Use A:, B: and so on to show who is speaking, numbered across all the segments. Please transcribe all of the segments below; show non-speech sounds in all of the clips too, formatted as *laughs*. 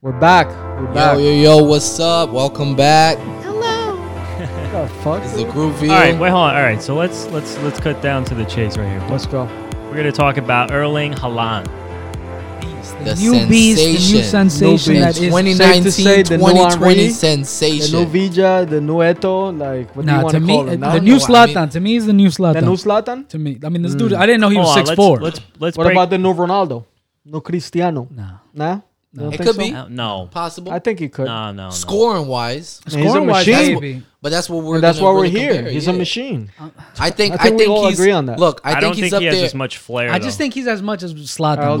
A: We're back. We're
B: Yo,
A: back.
B: yo, yo, what's up? Welcome back.
A: What the fuck?
B: It's the groove
C: All right, wait, hold on. All right, so let's let's let's cut down to the chase right here.
A: Let's go.
C: We're gonna talk about Erling Haaland.
B: The
D: new beast, the new
B: sensation.
D: sensation
A: New
B: The
A: beast.
D: that is.
A: When- say the new
B: 2019 2020
A: Henry, The new
B: sensation.
A: Vija, the new Eto, like what do you
D: Nah,
A: want
D: to
A: to
D: me,
A: call
D: uh,
A: him?
D: the
B: I
A: Now?
B: know
D: new
B: what I mean. Hmm.
D: Slatan. To me, is the new
A: The new
D: Slatan.
A: Slatan?
D: To me, I mean, this dude. I didn't know he was
C: Hold on,
D: six
C: let's,
D: four.
C: Let's let's
A: What
C: break.
A: about the new Ronaldo? No Cristiano?
D: Nah,
A: Nah? You don't
B: It
A: think
B: could
A: so?
B: be.
C: No, no,
B: Possible.
A: I think he could.
C: no, no.
B: Scoring wise,
A: Man, he's a
D: Scoring-wise,
A: machine.
D: maybe.
B: but that's what we're.
A: And that's
B: gonna
A: why we're
B: really
A: here.
B: compare,
A: He's a
B: yeah.
A: machine.
B: I think.
A: I think
B: I think,
A: we all
B: he's,
A: agree on that.
B: Look, I,
C: I,
B: think
C: don't
B: he's
C: think
B: up
C: he has
B: there.
C: as much flair.
D: I just
C: though.
D: think he's as much as
A: All right,
D: Slatan.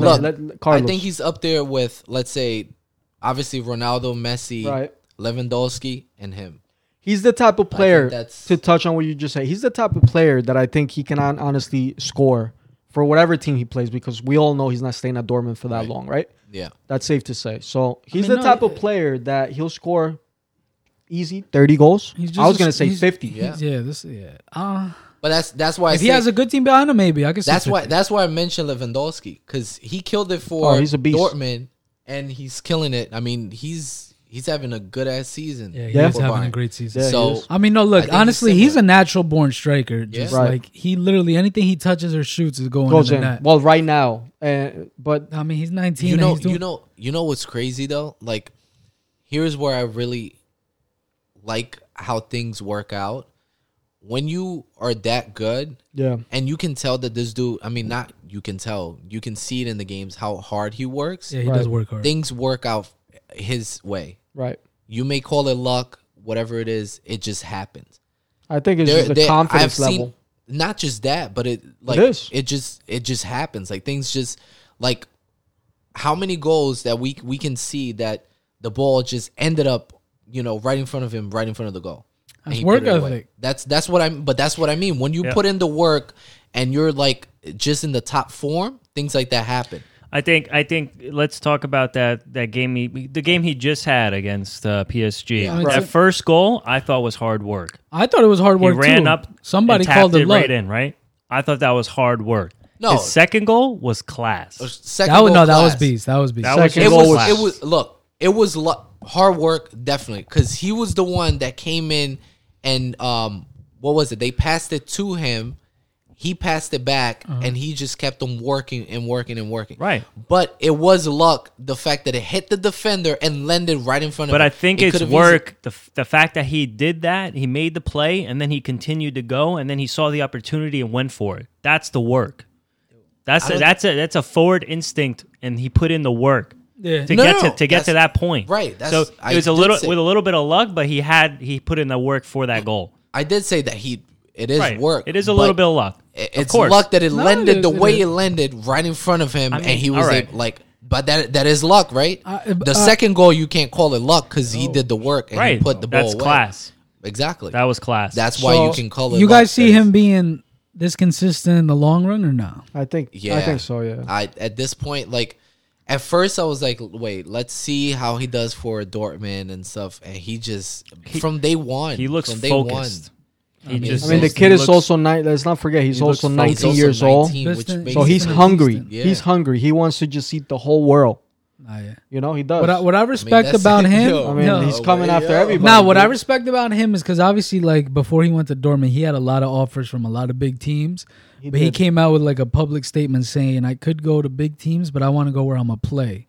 A: let,
B: Look,
A: let, let-
B: I
A: Carlos.
B: think he's up there with, let's say, obviously Ronaldo, Messi,
A: right.
B: Lewandowski, and him.
A: He's the type of player
B: that's-
A: to touch on what you just said. He's the type of player that I think he can hon- honestly score for whatever team he plays because we all know he's not staying at Dortmund for that
B: Right.
A: long, right?
B: Yeah.
A: That's safe to say. So he's
D: mean,
A: the
D: no,
A: type of
D: it-
A: player that he'll score easy 30 goals.
D: He's just
A: I was
D: a-
A: going to say
D: he's-
A: 50.
B: Yeah.
D: he's- yeah, this, yeah. Uh,
B: But that's that's why I
D: if he
B: say-
D: has a good team behind him, maybe I could. see
B: That's
A: *laughs*
D: fifty.
B: why. That's why I mentioned Lewandowski because he killed it for
A: Oh, he's a beast.
B: Dortmund, and he's killing it. I mean, he's he's having a good ass season.
D: Yeah,
A: Yeah.
D: he's
B: for
D: having a
B: Bayern.
D: great season.
A: Yeah, he
B: so
A: is.
D: I mean, no,
B: I
D: look,
B: think he's
D: honestly, he's,
B: similar.
D: a natural born striker. Just
B: Yeah.
A: Right.
D: like he literally anything he touches or shoots is going
A: Goals
D: in
A: in.
D: the net.
A: Well, right now. And, but
D: I mean, he's 19.
B: you
D: and
B: know,
D: he's doing,
B: you know, you know what's crazy though? Like, here's where I really like how things work out. When you are that good,
A: yeah,
B: and you can tell that this dude. I mean, not you can tell. You can see it in the games how hard he works.
D: yeah, he
A: Right.
D: does work hard.
B: Things work out his way.
A: right.
B: You may call it luck, whatever it is. It just happens.
A: I think it's
B: There-
A: just the
B: there-
A: confidence
B: I've
A: level.
B: Seen, not just that, but it like
A: is.
B: it, just it just happens. Like things just like how many goals that we we can see that the ball just ended up, you know, right in front of him, right in front of the goal. And
D: That's
B: he put
D: work
B: it away.
D: ethic.
B: That's that's what I'm but that's what I mean. When you
C: Yeah.
B: put in the work and you're like just in the top form, things like that happen.
C: I think I think let's talk about that that game he the game he just had against uh, PSG.
B: Yeah.
D: Right.
C: That first goal I thought was hard work.
D: I thought it was hard
C: He
D: work.
C: ran
D: too.
C: up.
D: Somebody
C: and tapped
D: called
C: it
D: it luck.
C: right in. Right. I thought that was hard work.
B: No.
C: His second goal was class.
B: Second
D: That was
B: goal
D: no, that was
B: class.
D: beast. That was beast.
C: That was
A: Second
B: it
C: his
A: goal
B: was,
A: was-
C: class.
B: it was look it was lu hard work definitely because he was the one that came in and um what was it they passed it to him he passed it back and he just kept on working and working and working
C: Uh-huh. Right.
B: but it was luck the fact that it hit the defender and landed right in front of
C: But
B: him
C: I think
B: It
C: it's
B: could've
C: work. The, f- the fact that he did that, he made the play, and then he continued to go, and then he saw the opportunity and went for it. That's the work. That's
B: I
C: a,
B: don't-
C: that's a that's a forward instinct, and he put in the work
D: Yeah.
C: to
B: No,
C: get
B: no,
C: to, to get to
B: that's-
C: that point.
B: right, that's-
C: so
B: I
C: it was a
B: did
C: little
B: say-
C: with a little bit of luck, but he had he put in the work for that goal.
B: easy. i did say that he it is
C: right.
B: work
C: It is a
B: but
C: little bit of luck.
B: it-
C: of
B: it's
C: course.
B: luck that it
D: No, it
B: landed
D: is,
B: the
D: it
B: way
D: is.
B: it landed right in front of him
C: I
B: and
C: mean,
B: he was
C: all right.
B: able- like but that that is luck right
D: Uh,
B: the
D: uh, Oh.
B: second goal you can't call it luck because he did the work and
C: right.
B: he put the ball
C: that's
B: away.
C: class.
B: exactly
C: That was class.
B: that's why
A: So,
B: you can call it
D: You
B: luck.
D: guys see
B: That
D: him being this consistent in the long run or no?
A: I think
B: is- yeah
A: I think so, yeah.
B: I at this point like at first I was like wait let's see how he does for Dortmund and stuff and he just from day one
C: he looks
B: from day
C: focused.
B: one
C: He
B: mean,
A: I
C: just
A: mean, the
C: looks-
A: kid
C: he
A: is
C: looks-
A: also nine. Let's not forget, he's
C: he looks
A: also
C: focused.
B: he's
A: 19
B: also
A: years
B: 19,
D: old.
B: which
D: So
B: makes
A: old. So he's
B: it-
D: He's
A: hungry.
D: consistent.
B: Yeah.
A: He's hungry. He wants to just eat the whole world.
D: Nah, yeah.
A: You know, he does.
D: What I, what I respect
B: that's-
D: about him,
B: yo,
A: I mean,
D: no.
A: he's coming
B: way
A: after
B: up.
A: everybody.
D: Nah, what I
A: dude.
D: respect about him is because obviously, like before he went to Dortmund, he had a lot of offers from a lot of big teams, but he
A: did.
D: came out with like a public statement saying, "I could go to big teams, but I want to go where I'm a play,"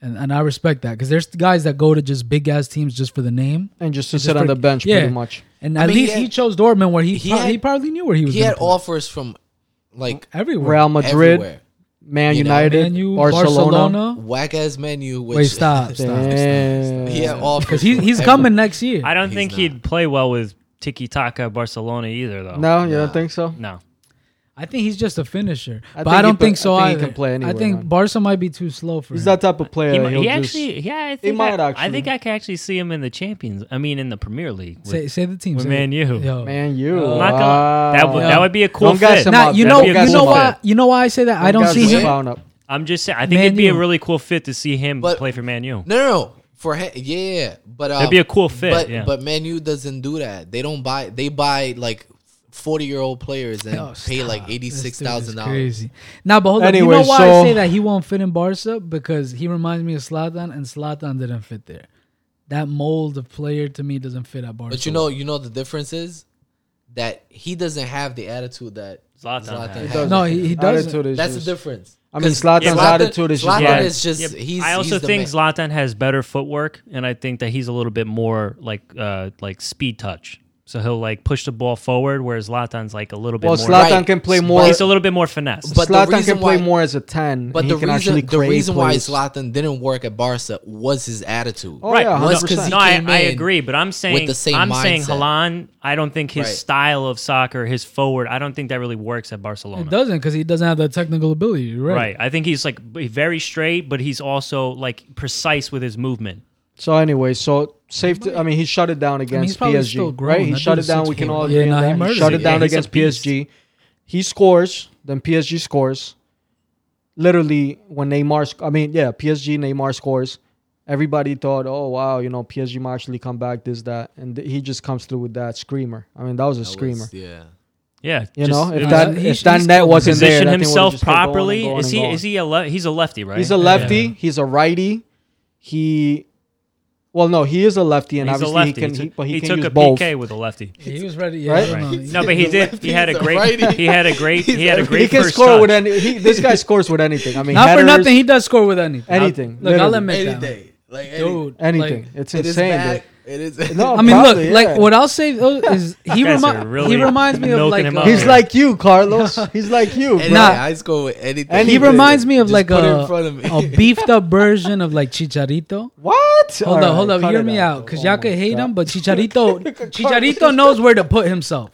D: and and I respect that because there's guys that go to just big ass teams just for the name,
A: and just to
D: Just
A: sit on
D: for-
A: the bench,
D: yeah.
A: pretty much.
D: and
B: I
D: at
B: mean,
D: least
B: he had-
D: he chose Dortmund where he
B: he
D: he, pro-
B: had-
D: he probably knew where he was.
B: he
D: gonna
B: had
D: play.
B: offers from like
D: everywhere.
A: Real Madrid,
B: everywhere
A: Man
B: You know,
A: United,
D: Man U,
A: Barcelona.
D: Barcelona.
B: whack ass menu which *laughs*
D: Wait, stop, stop,
A: Damn.
B: he had
D: *laughs*
B: offers
D: because he,
B: from
D: he's
B: every-
D: coming next year.
C: I don't
B: He's
C: think
B: not.
C: he'd play well with Tiki Taka Barcelona either, though.
A: No, you don't think so?
C: no.
D: I think he's just a finisher,
A: I
D: but
A: think he
D: I don't
A: pla-
D: think so.
A: I think
D: I
A: he can play anywhere,
D: I think
A: man.
D: Barca might be too slow for
A: He's
D: him.
A: that type of player.
C: He,
A: that
C: mi-
A: he'll
C: he
A: just-
C: actually, yeah, I think
A: might
C: I,
A: actually.
C: I think I can actually see him in the Champions. I mean, in the Premier League. with-
D: say, say the team.
C: with
D: say
C: Man U.
D: Yo.
A: Man, you.
C: I'm not gonna- that would
A: Wow.
C: that would be a cool
A: Don't guess
C: fit.
A: him
D: Nah,
A: up.
D: you
C: That'd
D: know,
C: be a
D: you know
C: cool
D: why,
C: fit.
D: you know why I say that. I don't
A: Guys
D: see
A: are
B: him-
A: found up.
C: I'm just saying. I think
D: Man
C: it'd be a
D: U.
C: really cool fit to see him
B: But-
C: play for Man U.
B: No, no, no. for him, yeah, but um,
C: That'd be a cool fit,
B: But
C: yeah.
B: but Man U doesn't do that. They don't buy. They buy like forty year old players and
D: Oh,
B: pay
D: stop.
B: like
D: This
B: eighty
D: dude is
B: six thousand dollars.
D: Crazy. Now, but hold
A: Anyway,
D: on. You know why I
A: so-
D: say that he won't fit in Barca because he reminds me of Slatan, and Slatan didn't fit there. That mold of player to me doesn't fit at Barca.
B: But you know, you know the difference is that he doesn't have the attitude that
C: Zlatan has. He
B: has.
D: no, he, he doesn't.
A: Attitude is
B: That's the
A: just-
B: difference.
A: I mean,
B: 'Cause
A: Zlatan's
B: Zlatan-
A: attitude is just
B: Zlatan
A: like-
B: is just
C: Yeah,
B: he's.
C: I also
B: he's the man.
C: think Zlatan has better footwork, and I think that he's a little bit more like uh like speed touch. So he'll like push the ball forward, whereas Zlatan's like a little bit
A: Well,
C: more.
A: Slatan
B: Right.
A: can play
B: But
A: more.
C: he's a little bit more finesse.
B: But the
A: Slatan
B: reason
A: can play
B: why-
A: more as a ten.
B: But
A: and
B: the
A: he can
B: reason
A: actually
B: the
A: create
B: reason why
A: plays.
B: Zlatan didn't work at Barca was his attitude.
A: Oh, yeah,
C: no,
B: was because
A: 100%.
B: he
C: no, I,
B: came
C: I
B: in
C: agree, but I'm saying
B: the same
C: I'm saying
B: mindset.
C: Halan. I don't think his
B: Right.
C: style of soccer, his forward, I don't think that really works at Barcelona.
D: It doesn't because he doesn't have the technical ability. You're right.
C: Right. I think he's like b- very straight, but he's also like precise with his movement.
A: So anyway, so safe. To, I mean, he shut it down against
D: he's probably
A: PSG,
D: still grown.
A: right? He
D: That
A: shut
D: dude's
A: it down.
D: six
A: We can
D: feet.
A: all
D: Yeah,
A: agree on
D: nah, he
A: that.
D: murders
A: shut
C: it.
A: it down
C: Yeah, he's a
A: against
C: beast.
A: PSG. He scores, then PSG scores. Literally, when Neymar, sc- I mean, yeah, PSG Neymar scores. Everybody thought, oh wow, you know, PSG might actually come back, this that, and th- he just comes through with that screamer. I mean, that was a
B: That was-
A: screamer.
B: Yeah.
C: Yeah.
A: you
C: just-
A: know,
C: it
A: if
C: was-
A: that
D: he
A: if
D: should-
A: that
D: he's
A: net
D: called
A: wasn't there,
C: position
A: that thing would've
C: himself
A: just kept going and
C: properly,
A: going
C: is
A: and
C: he
A: going.
C: is he a le- he's a lefty, right?
A: He's a lefty. He's a righty. He, well, no, he is a lefty, and
C: He's a
A: obviously
C: lefty.
A: he can.
C: He
A: He,
C: took-
A: but he,
C: he
A: can
C: took
A: use
C: a
A: both.
C: PK with a lefty.
A: *laughs*
D: He was ready. Yeah,
A: Right?
D: I don't know.
C: No, but he
B: He's a
C: did.
B: lefty,
C: He had a
B: he's a
C: great.
B: righty.
C: He had a great. He had a
A: *laughs*
C: great.
A: He can
C: first
A: score
C: touch.
A: with any. He, this guy scores with anything. I mean,
D: Not for
A: headers,
D: nothing. He does score with anything.
A: Anything,
D: Look, I'll
A: literally.
D: admit
B: Any
D: that.
B: day. Like any,
D: Dude,
A: anything.
D: like,
A: it's
B: it is
A: insane. dude.
B: back. It is. *laughs*
A: No,
D: I mean, look,
A: Probably, yeah.
D: like what I'll
A: *laughs*
D: say though is he,
C: guys
D: remi-
C: are really
D: he reminds me of
C: milking
D: like
C: him
D: uh,
C: up
A: He's
C: Yeah.
A: like you,
D: *laughs*
A: Carlos. He's like you.
B: Any
A: bro.
D: Nah.
B: day, I score with anything.
A: And
D: he
A: Anything.
D: reminds me of
B: Just
D: like
B: put it
D: a,
B: in
A: *laughs*
B: front of me. *laughs*
D: a beefed up version of like Chicharito.
A: What?
D: Hold up, hold up, hear me out, cause y'all could hate
A: Oh
D: him,
A: *laughs*
D: but Chicharito, Chicharito knows where to put himself.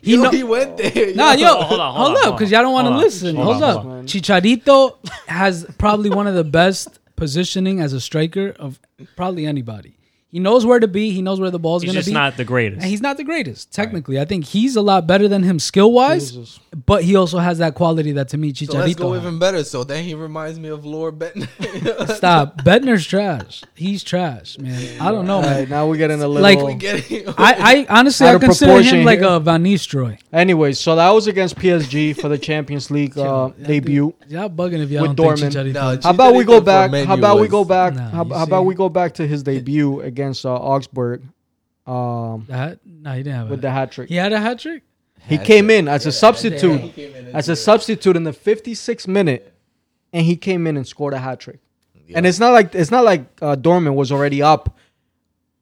D: He
B: Yo,
D: know,
B: he went there.
D: nah, yo,
C: hold
D: hold,
C: on, hold on,
D: up,
C: hold
D: cause
C: on.
D: y'all don't want to
C: Hold on.
D: listen.
C: Hold
A: on,
D: Hold, up,
A: hold on.
D: Chicharito has probably one of the best positioning as a striker of probably anybody. He knows where to be. He knows where the ball's
C: He's
D: gonna
C: just
D: be.
C: not the
D: And
C: greatest.
D: he's not the greatest, technically. I think he's a lot better than him skill wise,
A: Jesus.
D: but he also has that quality that to me
B: So let's
D: Chicharito.
B: go
D: has.
B: even better. So then he reminds me of Lord *laughs* Benton.
D: Stop. Bednar's trash. He's trash, man. I don't know,
A: All
D: man.
A: right, now we're getting a
D: Like-
A: little. *laughs*
B: Getting
D: I, I honestly
A: Out
D: I
A: of
D: consider
A: proportion
D: him like
A: here.
D: a Van Nistelrooy.
A: Anyway, so that was against PSG for the Champions League uh,
D: Yeah, dude.
A: debut.
D: Y'all bugging if y'all
A: With
D: don't think
A: Dortmund.
D: Chicharito.
B: No,
D: is-
A: How about we
B: Chicharito
A: go
B: for
A: back?
B: Man
A: How
B: U
A: about we
B: was-
A: go back?
D: Nah,
A: how,
D: you
A: how about
D: see.
A: we go back to his debut against uh, Augsburg um,
D: That- no, he didn't have
A: with
D: it.
A: the hat trick?
D: He had a hat trick.
A: He
B: Hat
A: came
B: trick.
A: in as a
B: He
A: substitute,
B: came in and
A: as a
B: did it.
A: substitute in the 56th minute, and he came in and scored a hat trick. And it's not like it's not like uh, Dorman was already up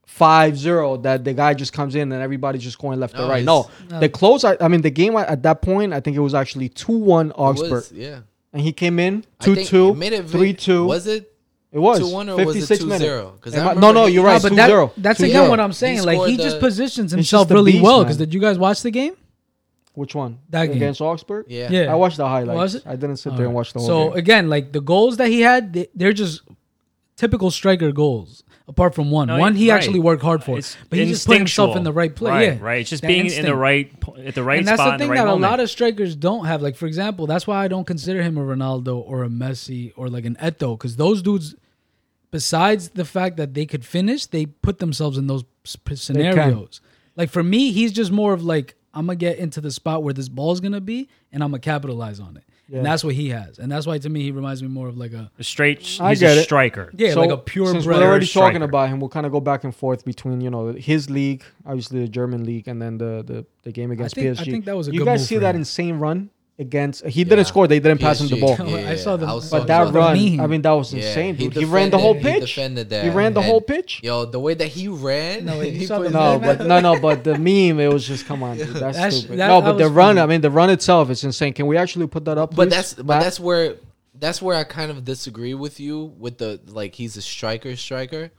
A: 5-0 that the guy just comes in and everybody's just going left
B: No,
A: or right.
B: it's-
A: No, the close. I, I mean, the game at, at that point, I think it was actually two one
B: It was,
A: Augsburg,
B: Yeah.
A: and he came in
B: I think
A: 2-2,
B: it
A: 3-2.
B: made it- Was it
A: It was
B: 2-1 or
A: 56
B: was it 2-0?
A: minute.
B: 'Cause
A: Am
B: I
A: I- no,
B: remember
A: no,
B: he-
A: you're
B: No,
A: right.
D: but
A: 2-0.
D: that- that's
A: 2-0.
D: again what I'm saying.
B: He
D: like he
B: scored
D: just
B: the-
D: positions
A: just
D: himself
A: a
D: really
A: beast,
D: well. Because
A: man.
D: did you guys watch the game?
A: Which one?
D: That game.
A: against Augsburg.
B: Yeah.
D: Yeah.
A: I watched the highlights.
D: Was it?
A: I didn't sit
D: All
A: there and
D: right.
A: watch the whole
D: so
A: game.
D: again, like the goals that he had, they, they're just typical striker goals. Apart from one,
C: No,
D: one he
C: right.
D: actually worked hard for,
C: It's
D: but he just put himself
C: instinctual.
D: in the right place.
C: Right,
D: yeah,
C: right. It's just
D: That
C: being in the
D: instinct.
C: right po- at the right
D: and that's
C: spot
D: the
C: in
D: thing
C: the right
D: that
C: moment.
D: a lot of strikers don't have. Like for example, that's why I don't consider him a Ronaldo or a Messi or like an Eto, because those dudes, besides the fact that they could finish, they put themselves in those s- p- scenarios. Like for me, he's just more of like I'm gonna get into the spot where this ball's gonna be, and I'm gonna capitalize on it. And that's what he has, and that's why to me he reminds me more of like a
C: a straight. He's
A: I
C: a
A: get it.
C: striker.
D: yeah,
A: So,
D: like a pure
A: Since
D: bred-
A: we're already
C: striker.
A: talking about him, we'll kind of go back and forth between you know his league, obviously the German league, and then the the, the game against
D: think-
A: PSG.
D: I think that was a
A: you
D: good
A: guys
D: move
A: see
D: for
A: that
D: him.
A: insane run against? He didn't score. They didn't pass him the
B: PSG.
A: ball.
D: Yeah, I saw the-
B: was
D: But
B: so
A: But that
D: the
A: run,
D: meme.
A: I mean, that was
B: Yeah,
A: insane,
B: he
A: dude. He, ran the whole
B: defended-
A: pitch.
B: He defended that.
A: He ran the
B: and-
A: whole pitch.
B: Yo, the way that he ran.
D: No, wait, you
B: *laughs* he
D: saw
B: put
D: the
B: his
A: No,
B: head
A: but no, no, but the meme. It was just come on, dude. That's,
D: That's-
A: stupid.
D: that-
A: no,
D: that
A: but the
D: was
A: run.
D: funny.
A: I mean, the run itself is insane. Can we actually put that up?
B: But
A: please?
B: that's but that's where that's where I kind of disagree with you with the like he's a striker striker.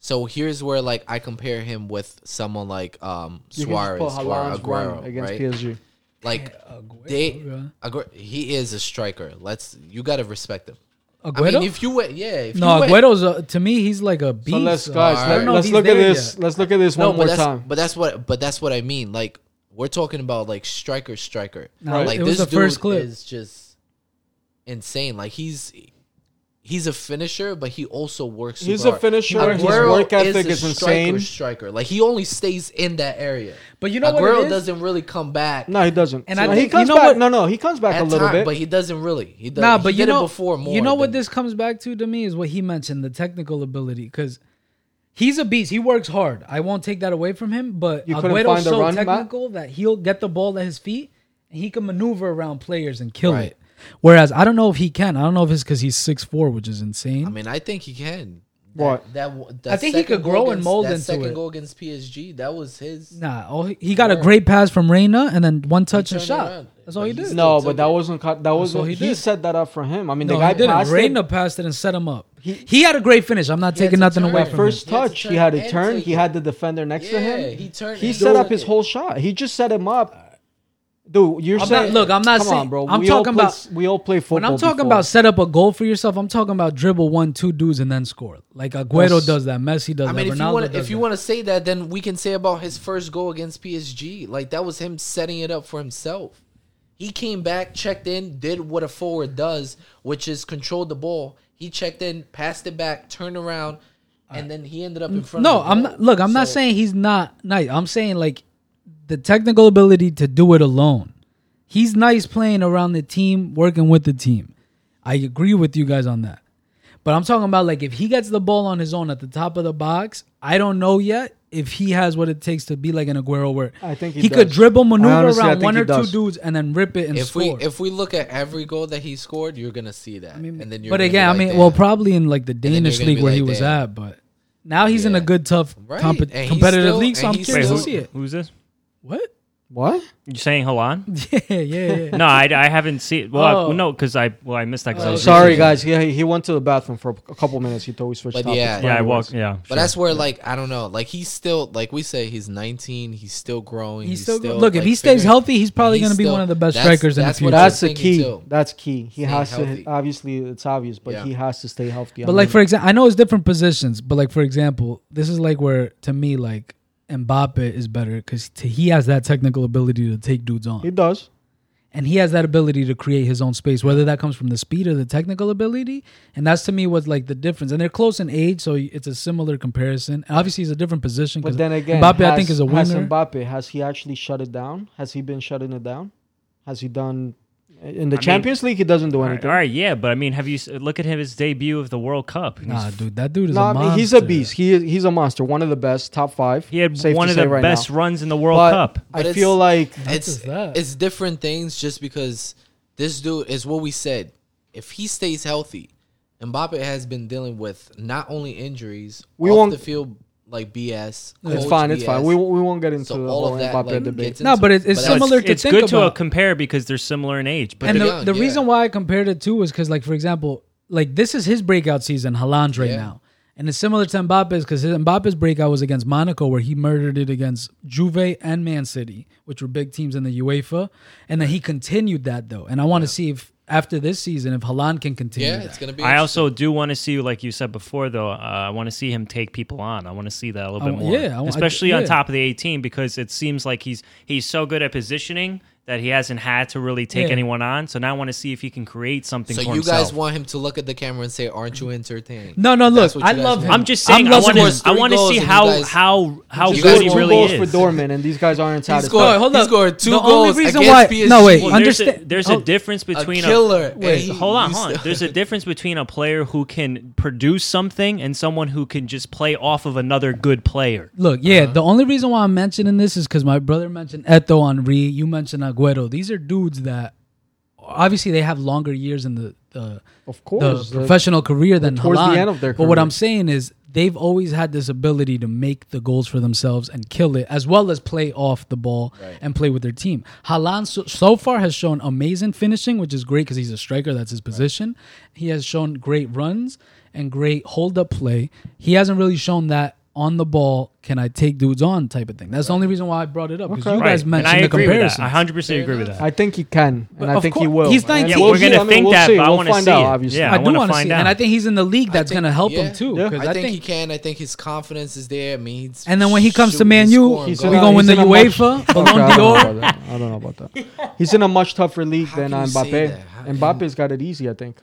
B: So here's where like I compare him with someone like um
A: You can just
B: Suarez
A: put
B: or
A: Haaland's run
B: Aguero,
A: against
B: right?
A: PSG.
B: Like
D: Aguero,
B: they
D: yeah.
B: Aguero, he is a striker. Let's you got to respect him. I
D: Aguero.
B: mean, if you went, yeah, if
D: no,
B: you went,
D: Aguero's a, to me he's like a beast.
A: So let's
D: I
A: guys,
D: don't
A: let,
D: know if
A: us
D: he's
A: look at
D: there
A: this.
D: yet.
A: Let's look at this
B: no,
A: one more
B: but that's
A: time.
B: but that's what but that's what I mean. Like we're talking about like striker striker.
D: No,
B: Like
D: it was
B: this
D: the first
B: dude
D: clip.
B: is just insane. Like he's he's a finisher, but he also works.
A: He's
B: super
A: a finisher,
B: hard.
A: his
B: Aguero
A: work ethic
B: a
A: is
B: striker,
A: insane.
B: Striker, like he only stays in that area.
D: But you know
B: Aguero
D: what it is?
B: doesn't really come back.
A: No, he doesn't.
D: And
A: And
D: I
A: he
D: think-
A: comes
D: you know
A: back.
D: what-
A: no, no, he comes back
B: at
A: a little
B: time,
A: bit.
B: but he doesn't really. He does,
D: Nah, but
B: he
D: you
B: did
D: know,
B: it before more.
D: you know what
B: than-
D: this comes back to to me is what he mentioned, the technical ability, because he's a beast. He works hard. I won't take that away from him, but
A: You couldn't
D: Aguero's
A: find a
D: so
A: run, Matt?
D: technical that he'll get the ball at his feet and he can maneuver around players and kill
B: Right.
D: it. Whereas I don't know if he can. I don't know if it's because he's six four, which is insane.
B: I mean, I think he can.
A: What?
B: That, that, that
D: I think he
B: second
D: could
B: goal
D: grow and
B: against-
D: mold
B: that
D: into
B: second
D: it.
B: goal against PSG. That was his.
D: nah, all he, he got a great pass from Reyna and then one touch and
B: turned it
D: shot.
B: around.
D: That's all he
B: But
D: did.
B: he's-
D: No,
A: no,
B: Still
A: but that wasn't. cut- That was.
D: all
A: not
D: he
A: he,
D: did.
A: set that up for him. I mean, the
D: he
A: guy
D: didn't.
A: passed it.
D: Reyna passed it and set him up. He,
A: He-
D: had a great finish. I'm not
B: He had
D: taking
B: to
D: nothing
B: turn.
D: away
B: That
D: from him.
A: first
B: He had to
A: touch,
B: turn
A: he had
B: and
A: to turn.
B: take
A: He
B: it.
A: had the defender next to
B: Yeah,
A: him.
B: he turned
A: He
B: and
A: set
B: took
A: up his
B: it.
A: whole shot. He just set him up. Dude, you're
D: I'm
A: saying
D: not- look, I'm not
A: come
D: saying-
A: on, bro.
D: I'm
A: we all
D: talking
A: play,
D: about-
A: we all play football.
D: When I'm talking
A: before.
D: about set up a goal for yourself, I'm talking about dribble one, two dudes and then score. Like Aguero
A: That's-
D: does that, Messi does
B: I mean,
D: that,
B: if
D: Ronaldo
B: you want,
D: does
B: if you
D: that.
B: want to say that, then we can say about his first goal against PSG. Like that was him setting it up for himself. He came back, checked in, did what a forward does, which is control the ball. He checked in, passed it back, turned around, and then he ended up in front.
D: Mm, No,
B: of the
D: I'm
B: goal.
D: not. Look, I'm not
B: So-
D: saying he's not nice. I'm saying like the technical ability to do it alone. He's nice playing around the team, working with the team. I agree with you guys on that. But I'm talking about like if he gets the ball on his own at the top of the box, I don't know yet if he has what it takes to be like an Aguero where
A: I think he
D: could
A: does.
D: dribble maneuver
A: I honestly- I
D: around
A: think
D: one
A: he
D: or
A: does.
D: two dudes and then rip it and
B: If
D: score.
B: we if we look at every goal that he scored, you're gonna see that. and then you're
D: but
B: gonna be
D: again,
B: like,
D: I mean,
B: "Damn."
D: well, probably in like the
B: you're
D: Danish
B: gonna
D: league
B: be
D: where
B: like,
D: he was
B: "Damn."
D: at, but now he's in a
B: Yeah.
D: good, tough,
B: Right.
D: compe-
B: And he's
D: competitive
B: still-
D: league. So I'm
B: and he's
D: curious
B: still-
D: to see it.
C: who's this?
D: What? *laughs*
A: what?
C: You saying Halan?
D: yeah, yeah,
B: *laughs*
D: yeah.
C: No, I, I haven't seen. Well,
D: Oh.
C: I, no, because I well I missed that because I
D: Oh,
C: was
A: Sorry,
C: researching.
A: guys. He he went to the bathroom for a couple minutes. He thought we switched
B: But
A: topics.
B: yeah.
C: Yeah, I
A: Anyways.
C: walked. Yeah,
B: But that's where, like, I don't know. Like, he's still, like we say, he's 19. He's still growing.
D: He's still, look. if
B: like,
D: he stays
B: figuring-
D: healthy, he's probably
B: he's
D: going to be
B: still-
D: one of the best
B: that's-
D: strikers in the
B: that's what
D: future.
B: But I
A: That's the
B: thinking
A: key.
B: too.
A: That's key. He
B: Staying
A: has
B: healthy.
A: to. Obviously, it's obvious, but
B: Yeah.
A: he has to stay healthy. I
D: But like
A: mean,
D: for example, I know it's different positions. But like for example, this is like where to me like Mbappe is better because he has that technical ability to take dudes
A: he
D: on,
A: does.
D: and he has that ability to create his own space, whether that comes from the speed or the technical ability. And that's to me what's like the difference. And they're close in age, so it's a similar comparison. Obviously, he's a different position.
A: But
D: 'cause
A: then again,
D: Mbappe I
A: has-
D: think is a
A: Has
D: winner.
A: Mbappe has he actually shut it down? Has he been shutting it down? Has he done in the Champions League? He doesn't do
C: All right,
A: anything.
C: all right, yeah, but I mean, have you s- look at him his debut of the World Cup? He's-
D: Nah, dude, that dude is
A: No,
D: a
A: I
D: monster.
A: mean, he's a beast. He is, he's a monster. One of the best, top five.
C: he had
A: Safe
C: one
A: to
C: of
A: say
C: the
A: right
C: best
A: now.
C: runs in the World
A: But
C: Cup.
B: But
A: I
B: it's-
A: feel like
B: It's,
D: does that?
B: it's different things just because this dude is what we said. If he stays healthy, Mbappe has been dealing with not only injuries,
A: We
B: off
A: won't-
B: the field, like BS.
A: it's
B: coach
A: fine. It's
B: BS.
A: fine. We, won't- we won't get into
B: So
A: the
B: all
A: whole
B: of that,
A: Mbappe
B: like,
A: debate.
B: gets
D: No, but it's- it's
B: that's-
D: similar to
C: it's
D: think
C: good
D: about.
C: to compare because they're similar in age, but
D: and
C: they're-
D: the,
B: young,
D: the
B: yeah.
D: reason why I compared it to is because, like, for example, like this is his breakout season, Haaland right
B: Yeah.
D: now. And it's similar to Mbappe's because his Mbappe's breakout was against Monaco, where he murdered it against Juve and Man City, which were big teams in the UEFA. And then he continued that though. And I want to see if after this season, if Haaland can continue.
B: Yeah,
D: that.
B: it's gonna be.
C: I also do want to see, like you said before, though. Uh, I want to see him take people on. I want to see that a little
D: I
C: bit
D: w-
C: more,
D: yeah, I w- I-
C: especially on
D: yeah.
C: top of the 18, because it seems like he's he's so good at positioning that he hasn't had to really take
D: Yeah.
C: anyone on. So now I want to see if he can create something.
B: So
C: for
B: you
C: himself.
B: guys want him to look at the camera and say, "Aren't you entertained?"
D: No, no, look,
B: That's what
D: I
B: you guys
D: love
B: want.
D: him.
C: I'm just saying.
D: I'm
C: I want
D: loving
B: him.
C: to. I want to
B: Scores
C: see
B: three
C: how
B: goals
C: how how
B: You
C: good
B: guys
A: Scored
C: he
A: two
C: really
A: goals
C: is.
A: for Dortmund, and these guys aren't satisfied.
B: scored-
D: Wait, hold
B: he
D: up.
B: scored two
D: the only
B: goals
D: reason
B: against
D: why,
B: PSG.
D: No, wait.
B: Well,
C: Well, there's a,
D: understand.
C: there's a
D: hold-
C: difference
B: A
C: between
B: killer. and
D: wait,
B: he-
C: Hold on,
B: you
C: hold on.
B: still- *laughs*
C: There's a difference between a player who can produce something and someone who can just play off of another good player.
D: Look, yeah, the only reason why I'm mentioning this is because my brother mentioned Eto Henri, you mentioned Aguero. These are dudes that obviously they have longer years in the the,
A: Of
D: the
A: course, the-
D: professional career than
A: towards the
D: Haaland.
A: end of their
D: But what
A: career.
D: I'm saying is they've always had this ability to make the goals for themselves and kill it, as well as play off the ball and play with their team. Haaland so, so far has shown amazing finishing, which is great because he's a striker. That's his position. He has shown great runs and great hold up play. He hasn't really shown that. On the ball, can I take dudes on? Type of thing. That's the only reason why I brought it up because
A: Okay.
D: you
A: Right,
D: guys
C: and
D: mentioned
C: I
D: the
C: agree with that.
D: comparison.
C: I 100 percent agree with that.
A: I think he can, and
D: of
A: I think he
D: course-
A: will.
D: he's
A: And
D: 19.
C: yeah, we're
A: we'll
C: gonna
A: see. I mean,
C: think
A: we'll
C: that,
A: see.
C: but I
A: We'll
C: want to
A: find
C: see
A: out,
C: it.
A: obviously.
C: Yeah,
D: I
C: I,
D: do
C: want to
D: want to see,
C: find
D: it. and I
C: out.
D: think he's in the league that's
B: think-
D: going to help
B: yeah.
D: him too.
A: Yeah.
D: Because
B: I,
D: I
B: think, he can. I think his confidence is there. I mean, he's
D: And then when he comes to Man
B: shooting,
D: U,
B: scoring
A: He's
D: We
A: in a-
B: goals.
D: gonna win
A: he's in
D: the
A: a much-
D: UEFA,
A: Okay,
D: Ballon
A: I don't know
D: d'Or.
A: about that. I don't know about that. He's in a much tougher league
B: How
A: than
B: can you say
A: Mbappe.
B: that? How can you-
A: Mbappe's got it easy, I think.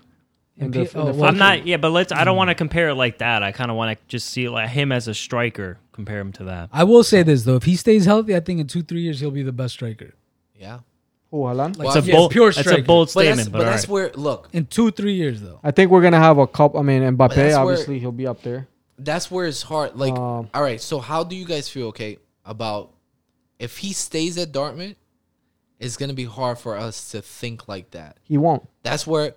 A: in the,
D: P-
A: in
D: oh,
A: the
D: well,
A: front.
C: I'm not. Yeah, but let's. I don't want to compare it like that. I kind of want to just see like him as a striker. Compare him to that.
D: I will say this though: if he stays healthy, I think in two three years he'll be the best striker.
B: Yeah.
A: Who, Haaland?
B: Like-
C: It's a
B: yeah,
C: bold.
D: pure
C: it's a
D: striker.
C: bold
B: But that's,
C: statement.
B: but
C: But, all
B: that's
C: right.
B: where, look,
D: In two three years though,
A: I think we're gonna have a couple. I mean,
B: that's
A: Mbappe
B: where-
A: obviously he'll be up there.
B: that's where it's hard. Like,
A: Um,
B: all right, so how do you guys feel, okay, about if he stays at Dartmouth, it's going to be hard for us to think like that.
A: He won't.
B: That's where,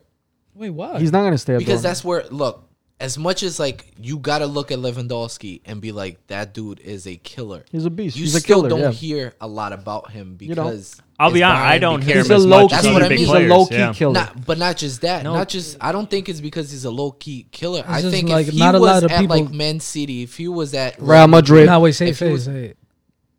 D: wait, why?
A: He's not gonna stay at
B: because
A: Dortmund.
B: that's where, look, as much as like you got to look at Lewandowski and be like, that dude is a killer.
A: He's a beast.
B: You
A: He's a
B: still
A: killer.
B: don't
A: yeah.
B: hear a lot about him
A: You don't.
B: because
C: I'll be
B: it's
C: honest. I
B: Bayern,
C: don't hear
A: He's
B: because-
C: him
A: a
C: as much
A: low-key-
C: as
B: That's what
C: other
B: I
C: big
B: mean.
A: He's
C: players.
A: a low key
C: yeah.
A: killer.
B: Not, but not just that.
C: No.
B: Not just. I don't think it's because he's a low key killer. I
D: just
B: think
D: like
B: if he
D: not a
B: was
D: lot of
B: at like
D: people-
B: Man City, if he was at
A: Real Madrid.
D: Nah, wait, say it,
B: If he
D: say it,
B: was-
D: say it.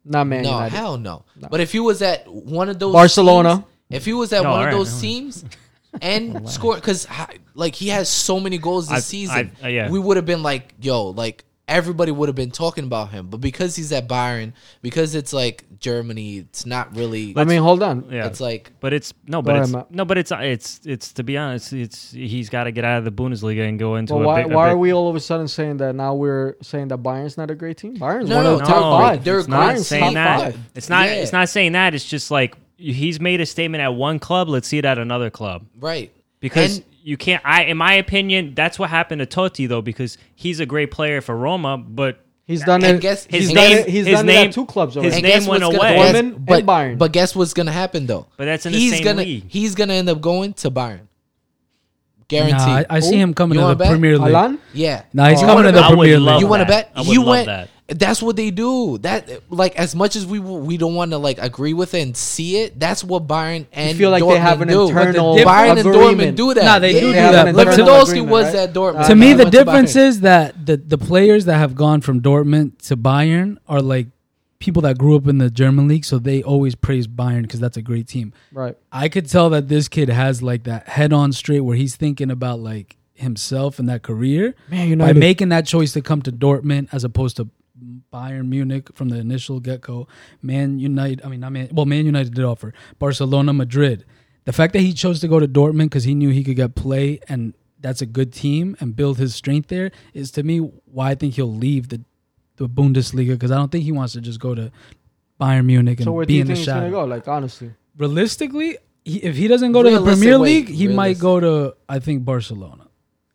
A: Not Man
B: no,
A: United.
B: hell no. But if he was at one of those
A: Barcelona.
B: teams- if he was at
C: No,
B: one
C: alright,
B: of those
C: *laughs* alright.
B: teams
A: *laughs*
B: and scored because like he has so many goals this
C: I-
B: season,
C: I- uh, yeah.
B: we would have been like, yo, like everybody would have been talking about him. But because he's at Bayern, because it's like Germany, it's not really.
A: I mean, hold on.
C: Yeah.
B: It's like
C: But it's no,
A: Go
C: but
A: ahead,
C: it's
A: Matt.
C: no, but it's it's it's to be honest, it's he's got to get out of the Bundesliga and go into
A: Well,
C: a
A: why,
C: big. a
A: why are
C: big-
A: we all of a sudden saying that now we're saying that Bayern's not a great team? Bayern's
B: No,
A: one
B: no,
A: of the
B: they're
A: top
C: No,
B: great.
A: five.
B: They're
C: it's not
B: great.
A: Bayern's top
C: saying that.
A: five.
C: It's not.
B: Yeah.
C: It's not saying that. It's just like he's made a statement at one club. Let's see it at another club
B: right
C: because
B: And-
C: you can't. I, in my opinion, that's what happened to Totti though because he's a great player for Roma, but
A: He's done
B: And
A: it.
B: guess-
A: he's
C: his
A: done
C: name,
A: it. He's
C: his
A: done
C: name,
A: it at two clubs
C: His
A: already.
B: And
C: name
B: guess
C: went
B: what's
C: away.
B: gonna-
A: Dortmund
B: guess-
A: and
B: but,
A: Bayern.
B: But guess what's gonna happen though?
C: But that's in the
B: he's
C: same
B: gonna
C: league.
B: he's gonna end up going to Bayern. Guaranteed.
D: Nah, I, I see him coming
B: You
D: to
B: wanna
D: the
B: bet?
D: Premier League.
A: Alan?
B: yeah.
D: Nah, he's
B: You
D: coming
B: wanna
D: to the
B: bet?
C: I would
D: Premier
C: love
D: League.
B: You want to
C: that.
B: bet?
C: I would
B: You
C: love
B: went.
C: that.
B: That's what they do. That like as much as we we don't want to like agree with it and see it. That's what Bayern and
A: feel like they
B: Dortmund
A: have an
B: do.
A: internal
B: Bayern and Dortmund
A: agreement.
B: do that.
D: Nah, they do
A: do that. But to-
B: Lewandowski was
A: Right?
B: at Dortmund.
A: Uh,
D: to me, the
B: Went to
D: difference
B: Bayern.
D: is that the the players that have gone from Dortmund to Bayern are like people that grew up in the German league, so they always praise Bayern because that's a great team.
A: Right.
D: I could tell that this kid has like that head on straight where he's thinking about like himself and that career
A: Man, you
D: by making that choice to come to Dortmund as opposed to Bayern Munich from the initial get go. Man United, I mean, not Man, well, Man United did offer Barcelona, Madrid. The fact that he chose to go to Dortmund because he knew he could get play and that's a good team and build his strength there is to me why I think he'll leave the the Bundesliga because I don't think he wants to just go to Bayern Munich and
A: So where do
D: be
A: you
D: in the
A: think he's gonna
D: shadow
A: go? Like honestly,
D: realistically, he, if he doesn't go to the
B: Realistic-
D: Premier
B: wait,
D: League, he might
B: realistic.
D: go to I think Barcelona.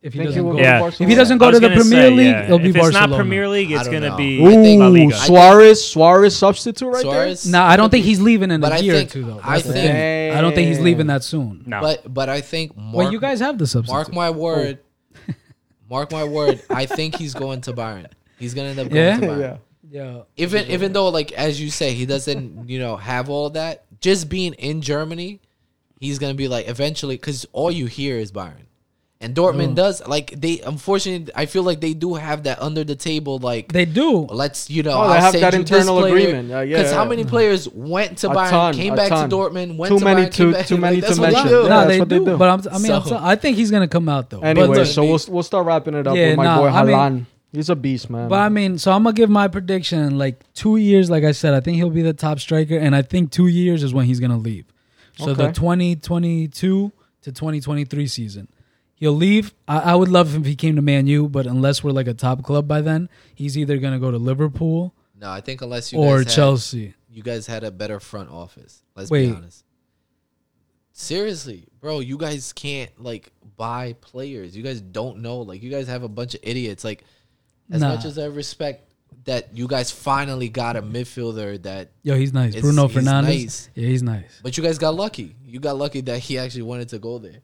D: If he
A: Think he
D: doesn't
A: will
D: go,
A: go to
C: Yeah.
D: if he
A: Barcelona?
D: doesn't go
C: I
D: to
C: was
D: the
C: gonna
D: Premier
C: say,
D: League,
C: yeah,
D: it'll be
C: if
D: Barcelona.
C: it's not Premier League,
B: I
C: it's
B: don't
C: gonna
B: know.
C: be.
B: I think-
C: La
A: ooh,
C: Liga.
A: Suarez, Suarez substitute right
B: Suarez.
D: Nah, I don't think he's leaving in
B: But I
D: a year
B: think-
D: or two though.
B: I
D: That's the
B: think-
D: thing. I don't think he's leaving that soon.
C: No,
B: But but I think
D: Well,
B: Mark
D: you guys have the
B: Mark
D: substitute.
B: my word. Mark my word. I think he's going to Byron. He's gonna end up going
D: Yeah?
B: to
A: there.
B: Byron.
A: yeah.
D: yeah,
B: Even even though like as you say, he doesn't you know have all that. Just being in Germany, he's gonna be like eventually because all you hear is Byron, and
A: Mm.
B: Dortmund does like they unfortunately I feel like they do have that under the table like.
D: they do.
B: Let's you know.
A: Oh, they
B: I'll
A: have
B: send
A: that
B: you
A: internal
B: this player.
A: agreement. Yeah, yeah,
B: Because how
A: yeah. Mm.
B: many players went to
A: A
B: Bayern,
A: ton,
B: came
A: a
B: back
A: ton.
B: to Dortmund, went
A: Too
B: to
A: many
B: Bayern, came
A: to-
B: back-
A: too
B: like,
A: many
B: that's
A: to
B: what they
A: mention.
B: do.
A: Yeah,
D: no,
A: that's
D: they,
A: what they
D: do,
A: do.
D: But I'm, I mean, I'm
B: So-
D: so, I think he's gonna come out though.
A: Anyway,
D: but,
B: look-
A: so we'll we'll start wrapping it up
D: Yeah,
A: with my
D: nah,
A: boy
D: I mean-
A: Halan. He's a beast, man.
D: but I mean, so I'm gonna give my prediction. Like two years, like I said, I think he'll be the top striker, and I think two years is when he's gonna leave. So the
A: Okay.
D: 2022 to 2023 season. He'll leave. I, I would love if he came to Man U, but unless we're like a top club by then, he's either gonna go to Liverpool
B: No, I think unless you
D: or
B: guys had-
D: Chelsea.
B: you guys had a better front office. Let's
D: Wait.
B: be honest. Seriously, bro, you guys can't like buy players. You guys don't know. Like you guys have a bunch of idiots. Like as
D: Nah.
B: much as I respect that you guys finally got a midfielder that
D: Yo, he's nice.
B: It's-
D: Bruno
B: he's
D: Fernandez.
B: nice.
D: Yeah, he's nice.
B: but you guys got lucky. You got lucky that he actually wanted to go there.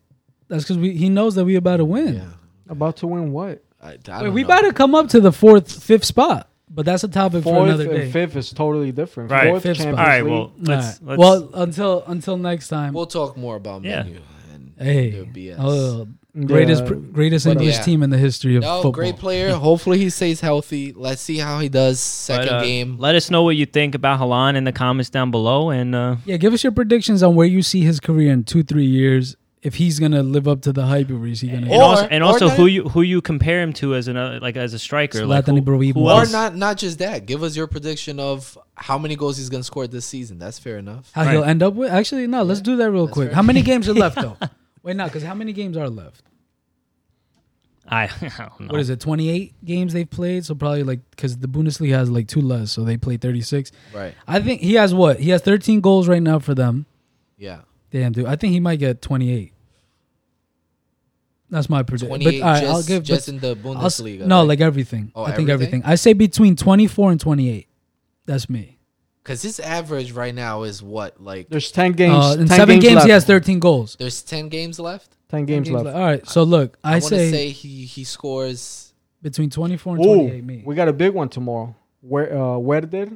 D: That's because we he knows that we about to win.
B: Yeah.
A: About to win what?
B: I, I
D: Wait,
B: don't
D: we
B: know.
D: about to come up to the fourth, fifth spot, but that's a topic for
A: Fourth
D: another
A: and
D: day.
A: fifth is totally different.
C: Right.
A: Fourth
D: Fifth spot.
A: Champions
C: all right.
A: League.
C: Well, let's,
D: Alright.
C: let's
D: well, until until next time.
B: We'll talk more about
C: Yeah.
B: menu and their
D: hey,
B: BS.
D: oh, greatest
A: Yeah.
D: pr- greatest
B: But, uh,
D: English
B: yeah.
D: team in the history of
B: no,
D: football.
B: great player. Hopefully he stays healthy. Let's see how he does
C: but,
B: second
C: uh,
B: game.
C: Let us know what you think about Halan in the comments down below, and uh,
D: Yeah, give us your predictions on where you see his career in two, three years. If he's gonna live up to the hype, or is he gonna?
C: and
B: Or-
C: also, and
B: or
C: also who
B: not-
C: you who you compare him to as another like as a striker, like who,
D: Zlatan Ibrahimovic.
C: who
B: Or
C: else?
B: not not just that. Give us your prediction of how many goals he's gonna score this season. That's fair enough.
D: how he'll
C: Right.
D: end up with? Actually, no. Let's do that real
B: That's
D: quick.
B: fair.
D: *laughs* How many games are left though? Wait, no, because how many games are left?
C: I, *laughs* I don't know.
D: What is it? Twenty eight games they've played, so probably like because the Bundesliga has like two less, so they play thirty six.
B: Right.
D: I think he has what he has thirteen goals right now for them.
B: Yeah.
D: Damn, dude, I think he might get twenty eight. That's my prediction. But
B: 28
D: all right,
B: just,
D: I'll give.
B: just
D: but
B: in the
D: I'll s-
B: Bundesliga.
D: no, like everything.
B: Oh,
D: I think
B: everything?
D: everything. I say between twenty four and twenty eight. That's me.
B: cuz his average right now is what like
A: There's ten games.
D: Uh,
A: 10
D: in seven games,
A: left.
D: he has thirteen goals.
B: there's 10 games left.
A: ten games, left.
D: All right, so look, I,
B: I, want to
D: say,
B: say he he scores
D: between twenty four and twenty eight.
A: Ooh,
D: Me.
A: we got a big one tomorrow. Where uh, Werder,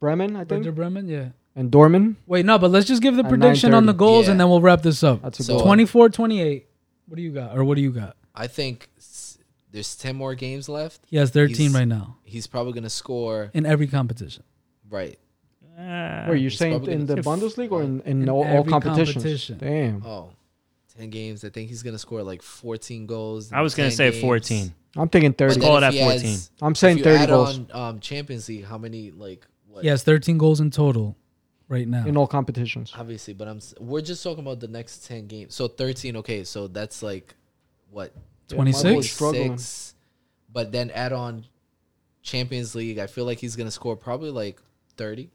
A: Bremen, I think,
D: Werder Bremen, yeah.
A: and Dortmund.
D: Wait, no, but let's just give the
A: At
D: prediction on the
A: 9:30.
D: goals and
B: Yeah.
D: then we'll wrap this up.
A: That's a
B: So-
A: good one.
D: 24 28. What do you got? Or what do you got?
B: I think s- there's 10 more games left.
D: He has 13
B: He's-
D: right now
B: He's probably going to score
D: in every competition.
B: right.
C: Uh,
A: Wait, you're
B: He's
A: saying
B: probably
A: in the
C: gonna-
A: Bundesliga or in, in,
D: In
A: all, all
D: every
A: competitions?
D: competition.
A: Damn,
B: Oh, 10 games. I think he's going to score like 14 goals.
C: I was
B: going
C: gonna
B: to
C: say 14.
A: I'm thinking
B: But
A: thirty.
B: then
C: Call it
B: if
C: at
B: he has-
C: 14.
A: I'm saying
B: if you
A: thirty
B: add
A: goals
B: on um, Champions League, how many like what,
D: He has 13 goals in total right now.
A: in all competitions.
D: Uh,
B: obviously, but I'm s- we're just talking about the next 10 games. So 13, okay. So that's like what
A: Yeah,
D: 26?
A: Marvel is
B: 26.
A: struggling.
B: But then add on Champions League. I feel like he's going to score probably like 30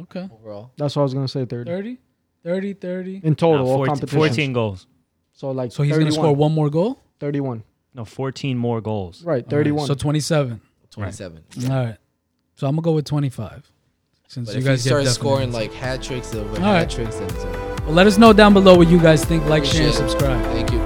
D: okay.
B: overall.
A: That's what I was gonna say. Thirty
D: 30, 30, 30.
A: in
C: No,
A: total, all
C: 14,
A: competitions.
C: 14 goals.
A: So like,
D: So he's going to score one more goal?
A: Thirty-one.
C: No, 14 more goals.
A: Right,
D: All
A: thirty-one.
D: right, so 27.
B: 27.
D: All right. So I'm going to go with 25. Since
B: But
D: you
B: if
D: guys
B: you start
D: have definite-
B: scoring like hat tricks over
D: All right.
B: hat tricks, then it's over.
D: Well, let us know down below what you guys think. Like, share, and
B: Appreciate it.
D: subscribe.
B: Thank you.